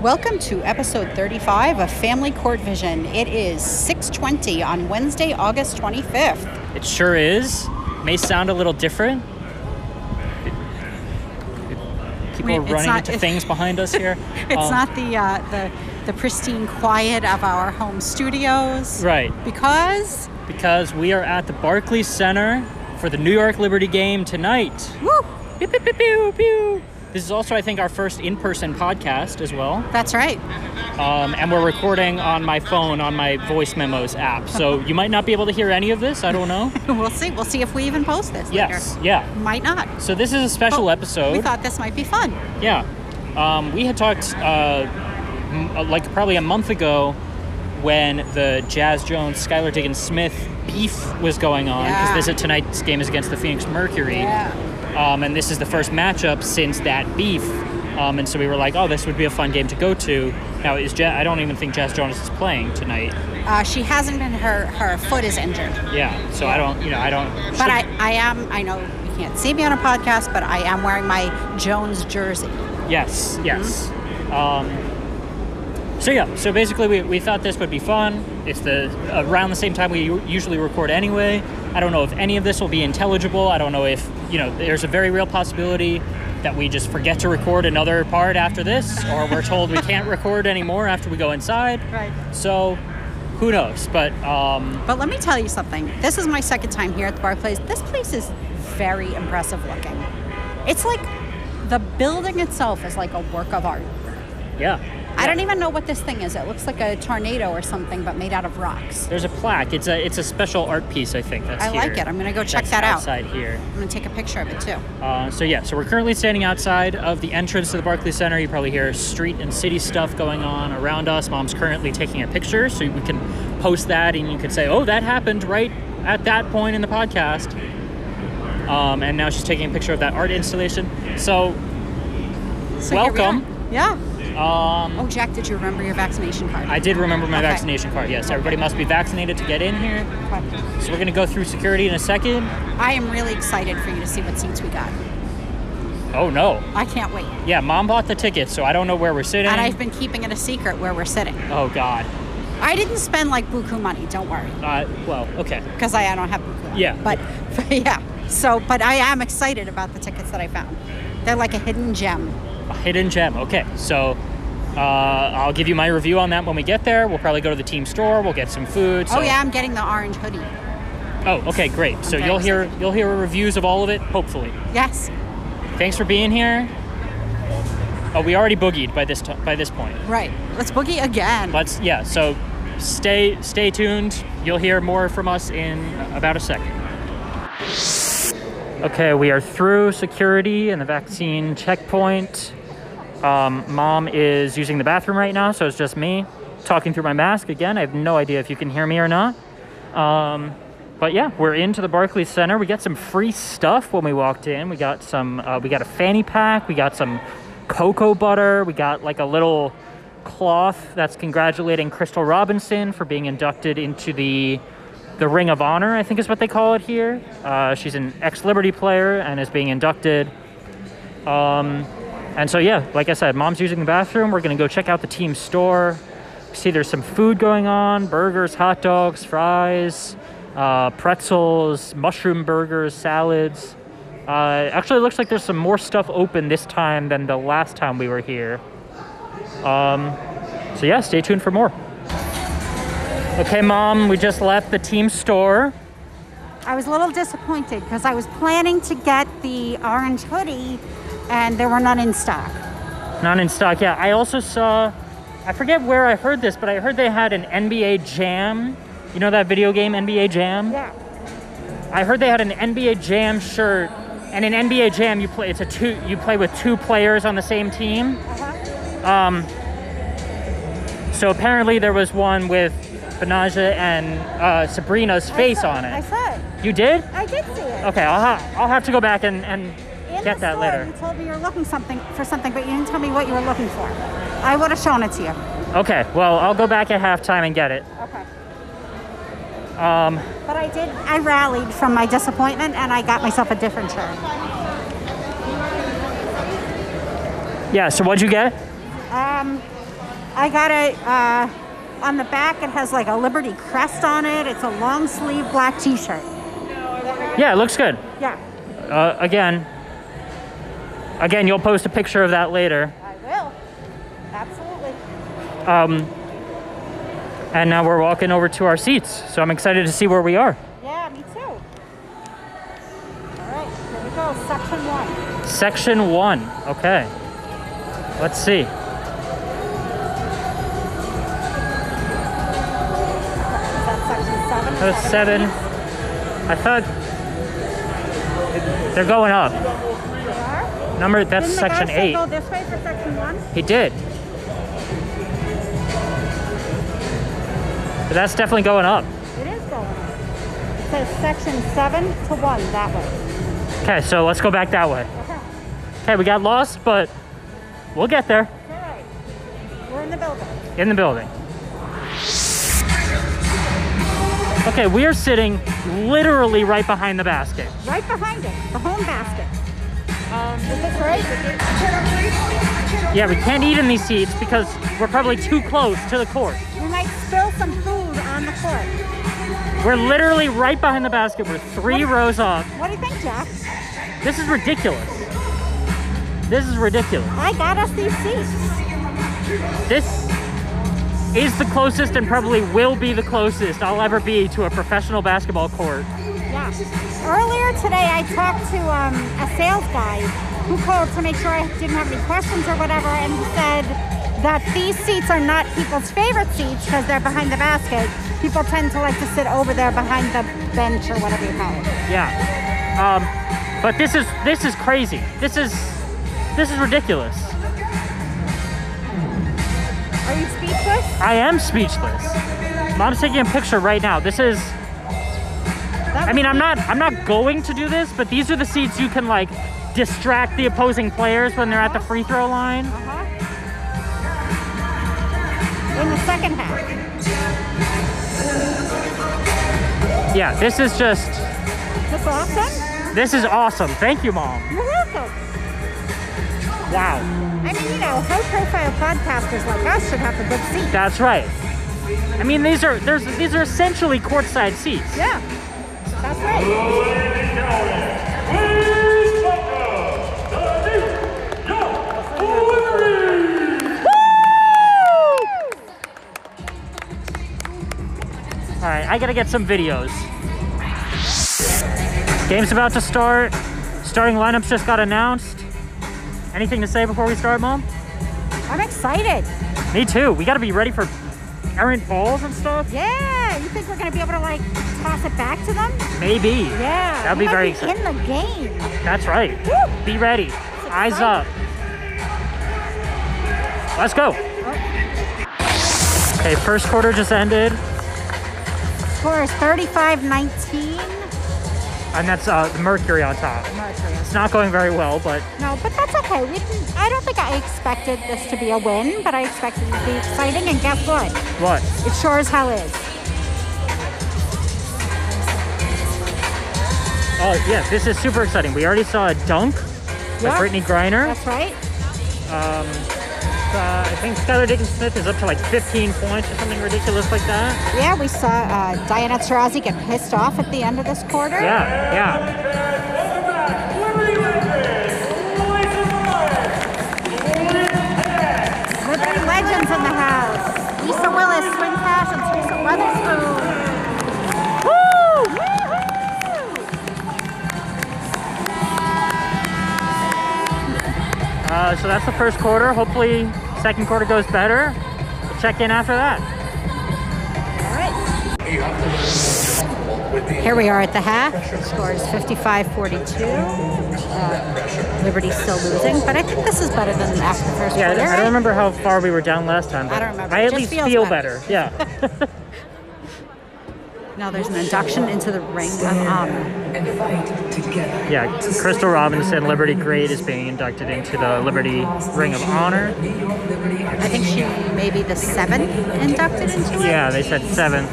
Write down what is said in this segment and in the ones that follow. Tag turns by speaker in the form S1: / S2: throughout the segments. S1: Welcome to episode 35 of Family Court Vision. It is 6:20 on Wednesday, August 25th.
S2: It sure is. May sound a little different. People
S1: Wait,
S2: are
S1: it's
S2: running
S1: not-
S2: into things behind us here. Um,
S1: It's not the uh, the the pristine quiet of our home studios.
S2: right
S1: Because
S2: because we are at the Barclays Center for the New York Liberty game tonight.
S1: woo,
S2: Pew, pew, pew, pew, pew. This is also, I think, our first in-person podcast as well,
S1: that's right.
S2: um, and we're recording on my phone on my voice memos app. So you might not be able to hear any of this. I don't know.
S1: We'll see. We'll see if we even post this.
S2: yes,
S1: Later.
S2: yeah. Oh.
S1: Might not.
S2: So this is a special
S1: But
S2: episode.
S1: We thought this might be fun.
S2: Yeah, um, we had talked uh, m- uh, like probably a month ago when the Jazz Jones Skylar Diggins Smith beef was going on because
S1: Yeah.
S2: this tonight's game is against the Phoenix Mercury,
S1: Yeah.
S2: um, and this is the first matchup since that beef. Um, and so we were like, oh, this would be a fun game to go to. Now is ja- I don't even think Jazz Jones is playing tonight.
S1: Uh, she hasn't been. Her her foot is injured.
S2: Yeah, so I don't, you know, I don't.
S1: But I, I am, I know you can't see me on a podcast, but I am wearing my Jones jersey.
S2: Yes, yes. Um, so yeah, so basically we, we thought this would be fun. It's the around the same time we u- usually record anyway. I don't know if any of this will be intelligible. I don't know if you know there's a very real possibility that we just forget to record another part after this, or we're told we can't record anymore after we go inside.
S1: Right.
S2: So who knows? But um,
S1: But let me tell you something. This is my second time here at the Barclays. This place is very impressive looking. It's like the building itself is like a work of art.
S2: yeah,
S1: I don't even know what this thing is. It looks like a tornado or something, but made out of rocks.
S2: there's a plaque. It's a it's a special art piece. I think that's
S1: I like
S2: here.
S1: it. I'm gonna go check
S2: That's
S1: that out.
S2: outside here.
S1: I'm gonna take a picture of it too.
S2: Uh, so yeah, so we're currently standing outside of the entrance to the Barclays Center. You probably hear street and city stuff going on around us. Mom's currently taking a picture, so we can post that, and you can say, "Oh, that happened right at that point in the podcast." Um, and now she's taking a picture of that art installation. So
S1: So here we are.
S2: Welcome.
S1: Yeah.
S2: um,
S1: Oh, Jack, did you remember your vaccination card?
S2: I did remember my
S1: Okay.
S2: vaccination card. Yes, everybody must be vaccinated to get in here. So we're gonna go through security in a second.
S1: I am really excited for you to see what seats we got.
S2: Oh no!
S1: I can't wait.
S2: Yeah, mom bought the tickets, so I don't know where we're sitting.
S1: And I've been keeping it a secret where we're sitting.
S2: oh God.
S1: I didn't spend like buku money, don't worry,
S2: Uh, well, okay.
S1: because I, I don't have buku. money.
S2: Yeah.
S1: But, but yeah. So, but I am excited about the tickets that I found. They're like a hidden gem.
S2: A hidden gem. Okay, so uh, I'll give you my review on that when we get there. We'll probably go to the team store. We'll get some food. So.
S1: oh yeah, I'm getting the orange hoodie.
S2: Oh, okay, great. So
S1: I'm very
S2: you'll hear you'll hear reviews of all of it. Hopefully.
S1: Yes.
S2: Thanks for being here. Oh, we already boogied by this t- by this point.
S1: Right. Let's boogie again.
S2: Let's yeah. So stay stay tuned. You'll hear more from us in about a second. Okay, we are through security and the vaccine checkpoint. Um, Mom is using the bathroom right now, so it's just me talking through my mask. Again, I have no idea if you can hear me or not. Um, but yeah, we're into the Barclays Center. We got some free stuff when we walked in. We got some. Uh, we got a fanny pack. We got some cocoa butter. We got like a little cloth that's congratulating Crystal Robinson for being inducted into the the Ring of Honor. I think is what they call it here. Uh, she's an ex-Liberty player and is being inducted. Um, and so yeah, like I said, mom's using the bathroom. We're gonna go check out the team store. See, there's some food going on: burgers, hot dogs, fries, uh, pretzels, mushroom burgers, salads. Uh, actually, it looks like there's some more stuff open this time than the last time we were here. Um, so yeah, stay tuned for more. Okay, mom, we just left the team store.
S1: I was a little disappointed because I was planning to get the orange hoodie, and there were none in stock.
S2: Not in stock. Yeah, I also saw. I forget where I heard this, but I heard they had an NBA Jam. You know that video game NBA Jam?
S1: Yeah.
S2: I heard they had an NBA Jam shirt. And in NBA Jam, you play. It's a two. You play with two players on the same team.
S3: Uh-huh.
S2: So apparently there was one with Benaja and uh, Sabrina's face on
S3: I
S2: it.
S3: saw it.
S2: You did?
S3: I did see it.
S2: Okay, I'll ha- I'll have to go back and and
S3: In
S2: get
S3: the
S2: that
S3: store,
S2: later.
S3: You told me you were looking something for something, but you didn't tell me what you were looking for. I would have shown it to you.
S2: Okay, well I'll go back at halftime and get it.
S3: Okay.
S2: Um,
S3: But I did. I rallied from my disappointment, and I got myself a different shirt.
S2: yeah. So what'd you get?
S3: Um,
S1: I got a, uh, on the back, it has like a Liberty crest on it. It's a long sleeve black t shirt.
S2: Yeah, it looks good.
S1: Yeah.
S2: Uh, again, again, you'll post a picture of that later.
S1: I will. Absolutely.
S2: And now we're walking over to our seats. So I'm excited to see where we are.
S1: Yeah, me too. All right, here we go. Section one.
S2: Section one. Okay. Let's see.
S1: Is that section seven?
S2: That was seven. I thought they're going up.
S1: That's
S2: Number that's
S1: Didn't
S2: section
S1: the guy
S2: eight.
S1: Go this way for section one.
S2: He did. But that's definitely going up.
S1: It is going. up. It says section seven to one that way.
S2: Okay, so let's go back that way.
S1: Okay.
S2: Okay, we got lost, but we'll get there
S1: All right. We're in the building.
S2: in the building. Okay, we are sitting literally right behind the basket.
S1: Right behind it, the home basket. Um, is this right?
S2: Yeah, we can't eat in these seats because we're probably too close to the court.
S1: We might spill some food on the court.
S2: We're literally right behind the basket. We're three rows off.
S1: What do you think, Jack?
S2: This is ridiculous. This is ridiculous.
S1: I got us these seats.
S2: This is the closest and probably will be the closest I'll ever be to a professional basketball court.
S1: Yeah. Earlier today, I talked to um, a sales guy who called to make sure I didn't have any questions or whatever, and he said that these seats are not people's favorite seats because they're behind the basket. People tend to like to sit over there behind the bench or whatever you call it.
S2: Yeah. Um, but this is this is crazy. This is this is ridiculous.
S1: Are you speechless?
S2: I am speechless. Mom's taking a picture right now. This is
S1: That
S2: I mean, I'm not I'm not going to do this, but these are the seats you can like distract the opposing players when they're at the free throw line.
S1: Uh-huh. In the second half.
S2: Yeah, this is just
S1: This awesome?
S2: this is awesome. Thank you, mom.
S1: You're welcome.
S2: Wow.
S1: I mean, you know, high profile podcasters like us should have a good seat.
S2: That's right. I mean, these are there's these are essentially courtside seats.
S1: Yeah. That's right.
S4: Please welcome the new Young Wolverines!
S2: All right, I got to get some videos. Game's about to start. Starting lineups just got announced. Anything to say before we start, mom?
S1: I'm excited.
S2: Me too. We got to be ready for errant balls and stuff.
S1: Yeah. You think we're gonna be able to like toss it back to them?
S2: Maybe.
S1: Yeah.
S2: That'd
S1: we
S2: be
S1: might
S2: very
S1: in the game.
S2: That's right.
S1: Woo!
S2: Be ready. Eyes up. Let's go. Okay, first quarter just ended,
S1: Score is 35-19.
S2: and that's uh, the Mercury on top. It's not going very well, but
S1: No, but that's okay. We didn't, I don't think I expected this to be a win, but I expected it to be exciting. And guess what?
S2: what?
S1: It sure as hell is.
S2: Oh, yeah, this is super exciting. We already saw a dunk by
S1: Yeah.
S2: Brittany Griner.
S1: That's right.
S2: Uh, I think Skylar Dickens Smith is up to like 15 points or something ridiculous like that.
S1: Yeah, we saw uh, Diana Taurasi get pissed off at the end of this quarter.
S2: Yeah, yeah.
S1: Liberty Legends in the house. Lisa Willis, Swing Passions, Lisa Weatherspoon. Woo! Woo-hoo!
S2: Uh, so that's the first quarter. Hopefully, second quarter goes better. We'll check in after that.
S1: All right. Here we are at the half. Score is 55-42. Uh, Liberty's still losing, but I think this is better than after the first
S2: Yeah,
S1: quarter.
S2: I don't- I don't remember how far we were down last time. But
S1: I don't remember.
S2: I
S1: It
S2: at
S1: just
S2: least
S1: feels
S2: feel
S1: better.
S2: better. Yeah.
S5: Now there's an induction into the ring of
S1: um,
S5: honor.
S6: and fight together.
S2: Yeah, Crystal Robinson, Liberty Great, is being inducted into the Liberty Ring of Honor.
S5: I think she may be the seventh inducted into it.
S2: Yeah, they said seventh.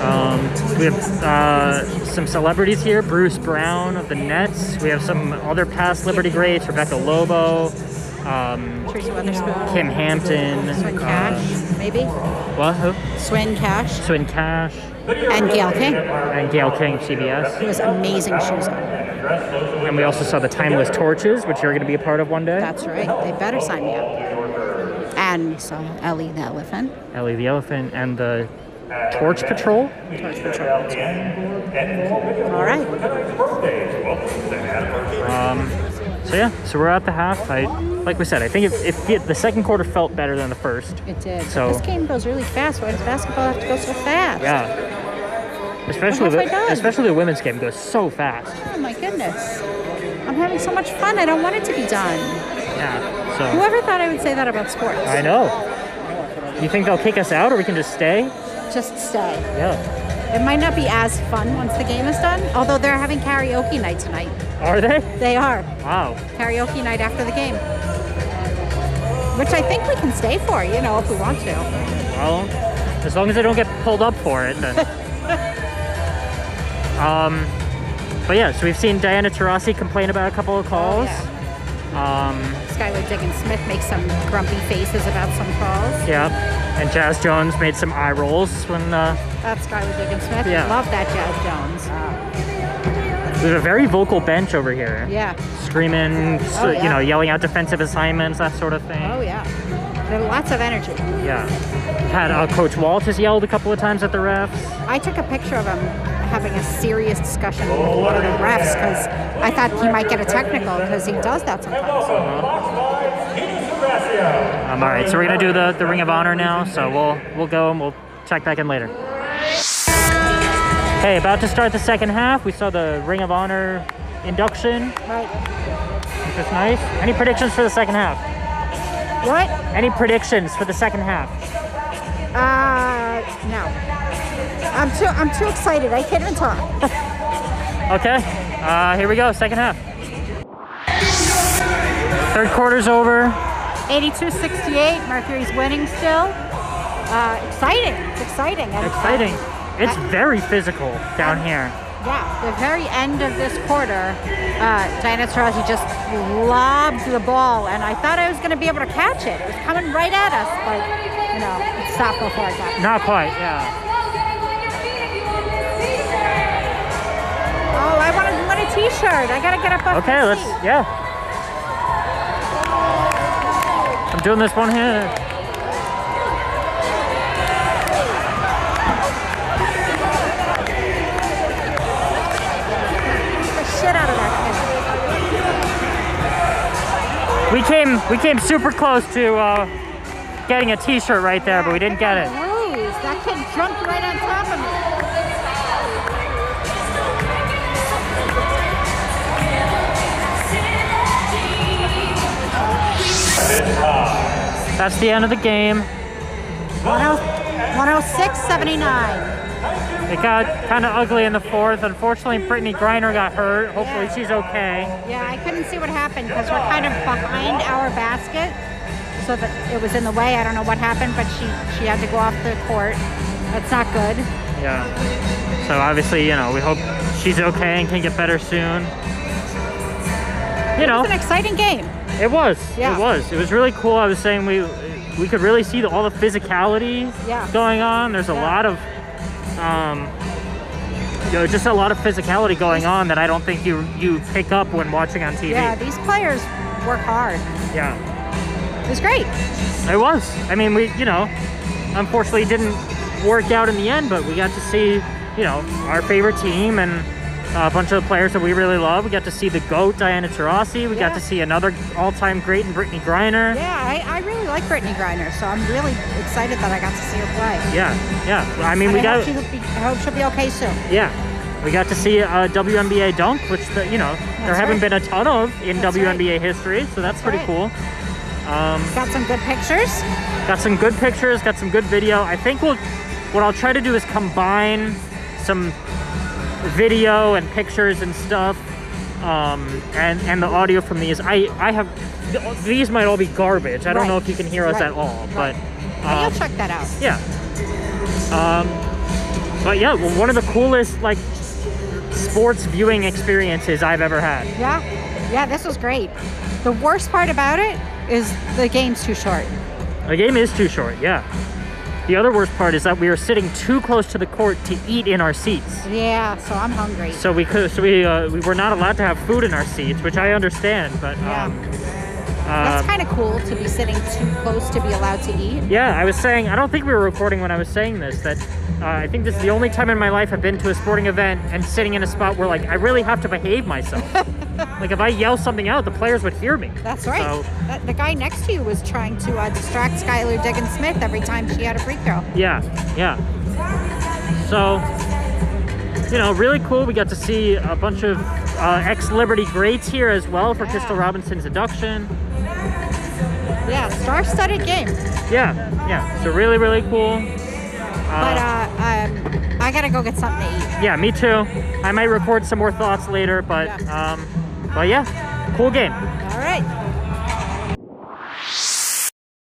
S2: Um, we have uh, some celebrities here Bruce Brown of the Nets. We have some other past Liberty Greats, Rebecca Lobo, um,
S1: Tracy Weatherspoon.
S2: Kim Hampton,
S1: Swin
S2: uh,
S1: Cash, maybe?
S2: well, who?
S1: Swin Cash
S2: Swin Cash,
S1: and Gail King.
S2: and Gail King, CBS.
S1: Who has amazing shoes on.
S2: And we also saw the Timeless Torches, which you're going to be a part of one day.
S1: That's right. They better sign me up. And we saw Ellie the Elephant.
S2: Ellie the Elephant and the Torch Patrol.
S1: Torch Patrol. That's right. All right.
S2: So yeah, so we're at the half. I, like we said, I think if, if the- the second quarter felt better than the first.
S1: It did.
S2: So-
S1: this game goes really fast. Why does basketball have to go so fast?
S2: Yeah. Especially
S1: We're halfway
S2: the
S1: done.
S2: especially the women's game goes so fast.
S1: Oh my goodness. I'm having so much fun. I don't want it to be done.
S2: Yeah. So
S1: Whoever thought I would say that about sports?
S2: I know. You think they'll kick us out, or we can just stay?
S1: Just stay.
S2: Yeah.
S1: It might not be as fun once the game is done, although they're having karaoke night tonight.
S2: Are they?
S1: They are.
S2: Wow.
S1: Karaoke night after the game. Which I think we can stay for, you know, if we want to.
S2: Well, as long as I don't get pulled up for it, then. um, but yeah, so we've seen Diana Taurasi complain about a couple of calls.
S1: Oh, Skylar Diggins Smith makes some grumpy faces about some calls.
S2: Yeah. And Jazz Jones made some eye rolls when uh,
S1: That's Skylar Diggins Smith.
S2: Yeah.
S1: Love that Jazz Jones.
S2: there's a very vocal bench over here.
S1: Yeah.
S2: Screaming, s
S1: Oh,
S2: you
S1: yeah.
S2: know, yelling out defensive assignments, that sort of thing.
S1: Oh, yeah. There are lots of energy.
S2: Yeah. Had uh, Coach Walt has yelled a couple of times at the refs.
S1: I took a picture of him having a serious discussion with one of the refs because I thought he might get a technical because he does that sometimes.
S2: Um, all right, so we're gonna do the, the Ring of Honor now. So we'll we'll go and we'll check back in later. Hey, about to start the second half. We saw the Ring of Honor induction,
S1: Right.
S2: which was nice. Any predictions for the second half?
S1: What?
S2: Any predictions for the second half?
S1: Uh, no. I'm too. I'm too excited. I can't even talk.
S2: Okay, uh, here we go. Second half. Third quarter's over.
S1: 82-68. Mercury's winning still. Uh, exciting. It's exciting. And, uh,
S2: Exciting. It's
S1: I-
S2: very physical down here.
S1: Yeah, the very end of this quarter, uh, Diana Taurasi just lobbed the ball, and I thought I was going to be able to catch it. It was coming right at us, but you know, it stopped before I got it.
S2: Not quite. Yeah.
S1: Oh, I want to win a T-shirt. I got to get up off
S2: Okay,
S1: my
S2: let's.
S1: seat.
S2: Yeah. I'm doing this one hand.
S1: Get the shit out of that.
S2: We came we came super close to uh, getting a T-shirt right there, but we didn't get it.
S1: Lose. That kid jumped right on top of me.
S2: That's the end of the game.
S1: 106, 79.
S2: It got kind of ugly in the fourth. Unfortunately, Brittany Griner got hurt. Hopefully, she's okay.
S1: Yeah, I couldn't see what happened because we're kind of behind our basket, so that it was in the way. I don't know what happened, but she she had to go off the court. That's not good.
S2: Yeah. So obviously, you know, we hope she's okay and can get better soon. You know,
S1: It's an exciting game.
S2: it was.
S1: Yeah.
S2: It was. It was really cool. I was saying we we could really see the, all the physicality
S1: Yeah.
S2: going on. There's a
S1: Yeah.
S2: lot of um, you know, just a lot of physicality going on that I don't think you you pick up when watching on TV.
S1: Yeah, these players work hard.
S2: Yeah.
S1: It was great.
S2: It was. I mean, we you know, unfortunately it didn't work out in the end, but we got to see you know our favorite team and. uh, A bunch of players that we really love. We got to see the goat Diana Taurasi. We got
S1: Yeah.
S2: to see another all-time great in Brittany Griner.
S1: Yeah, I, I really like Brittany Griner, so I'm really excited that I got to see her play.
S2: Yeah, yeah. I mean, we
S1: And I hope
S2: got
S1: she'll be- I hope she'll be okay soon.
S2: yeah, we got to see uh, a WNBA dunk, which the, you know there
S1: That's
S2: haven't
S1: right.
S2: been a ton of in
S1: That's right.
S2: WNBA history, so that's,
S1: That's
S2: pretty
S1: right.
S2: cool.
S1: Got some good pictures.
S2: Got some good pictures, got some good video. I think we'll what I'll try to do is combine some video and pictures and stuff, um, and and the audio from these. I I have th- these might all be garbage. I don't
S1: Right.
S2: know if you can hear us
S1: Right.
S2: at all,
S1: Right.
S2: but.
S1: But
S2: um,
S1: you'll check that out.
S2: Yeah. Um, but yeah, well, one of the coolest like sports viewing experiences I've ever had.
S1: Yeah, yeah, this was great. The worst part about it is the game's too short.
S2: The game is too short, yeah. The other worst part is that we are sitting too close to the court to eat in our seats.
S1: Yeah, so I'm hungry.
S2: So we could, so we, uh, we were not allowed to have food in our seats, which I understand, but
S1: Yeah.
S2: um, uh,
S1: That's kind of cool to be sitting too close to be allowed to eat.
S2: yeah, I was saying, I don't think we were recording when I was saying this, that uh, I think this is the only time in my life I've been to a sporting event and sitting in a spot where, like, I really have to behave myself. like, if I yell something out, the players would hear me.
S1: That's right.
S2: So,
S1: That, the guy next to you was trying to uh, distract Skylar Diggins Smith every time she had a free throw.
S2: Yeah, yeah. So, you know, really cool. We got to see a bunch of uh, ex Liberty greats here as well for Crystal Robinson's induction.
S1: Yeah, star-studded game.
S2: Yeah, yeah. So, really, really cool.
S1: But uh, um, I gotta go get something to eat.
S2: Yeah, me too. I might record some more thoughts later, but, um, but yeah, cool game.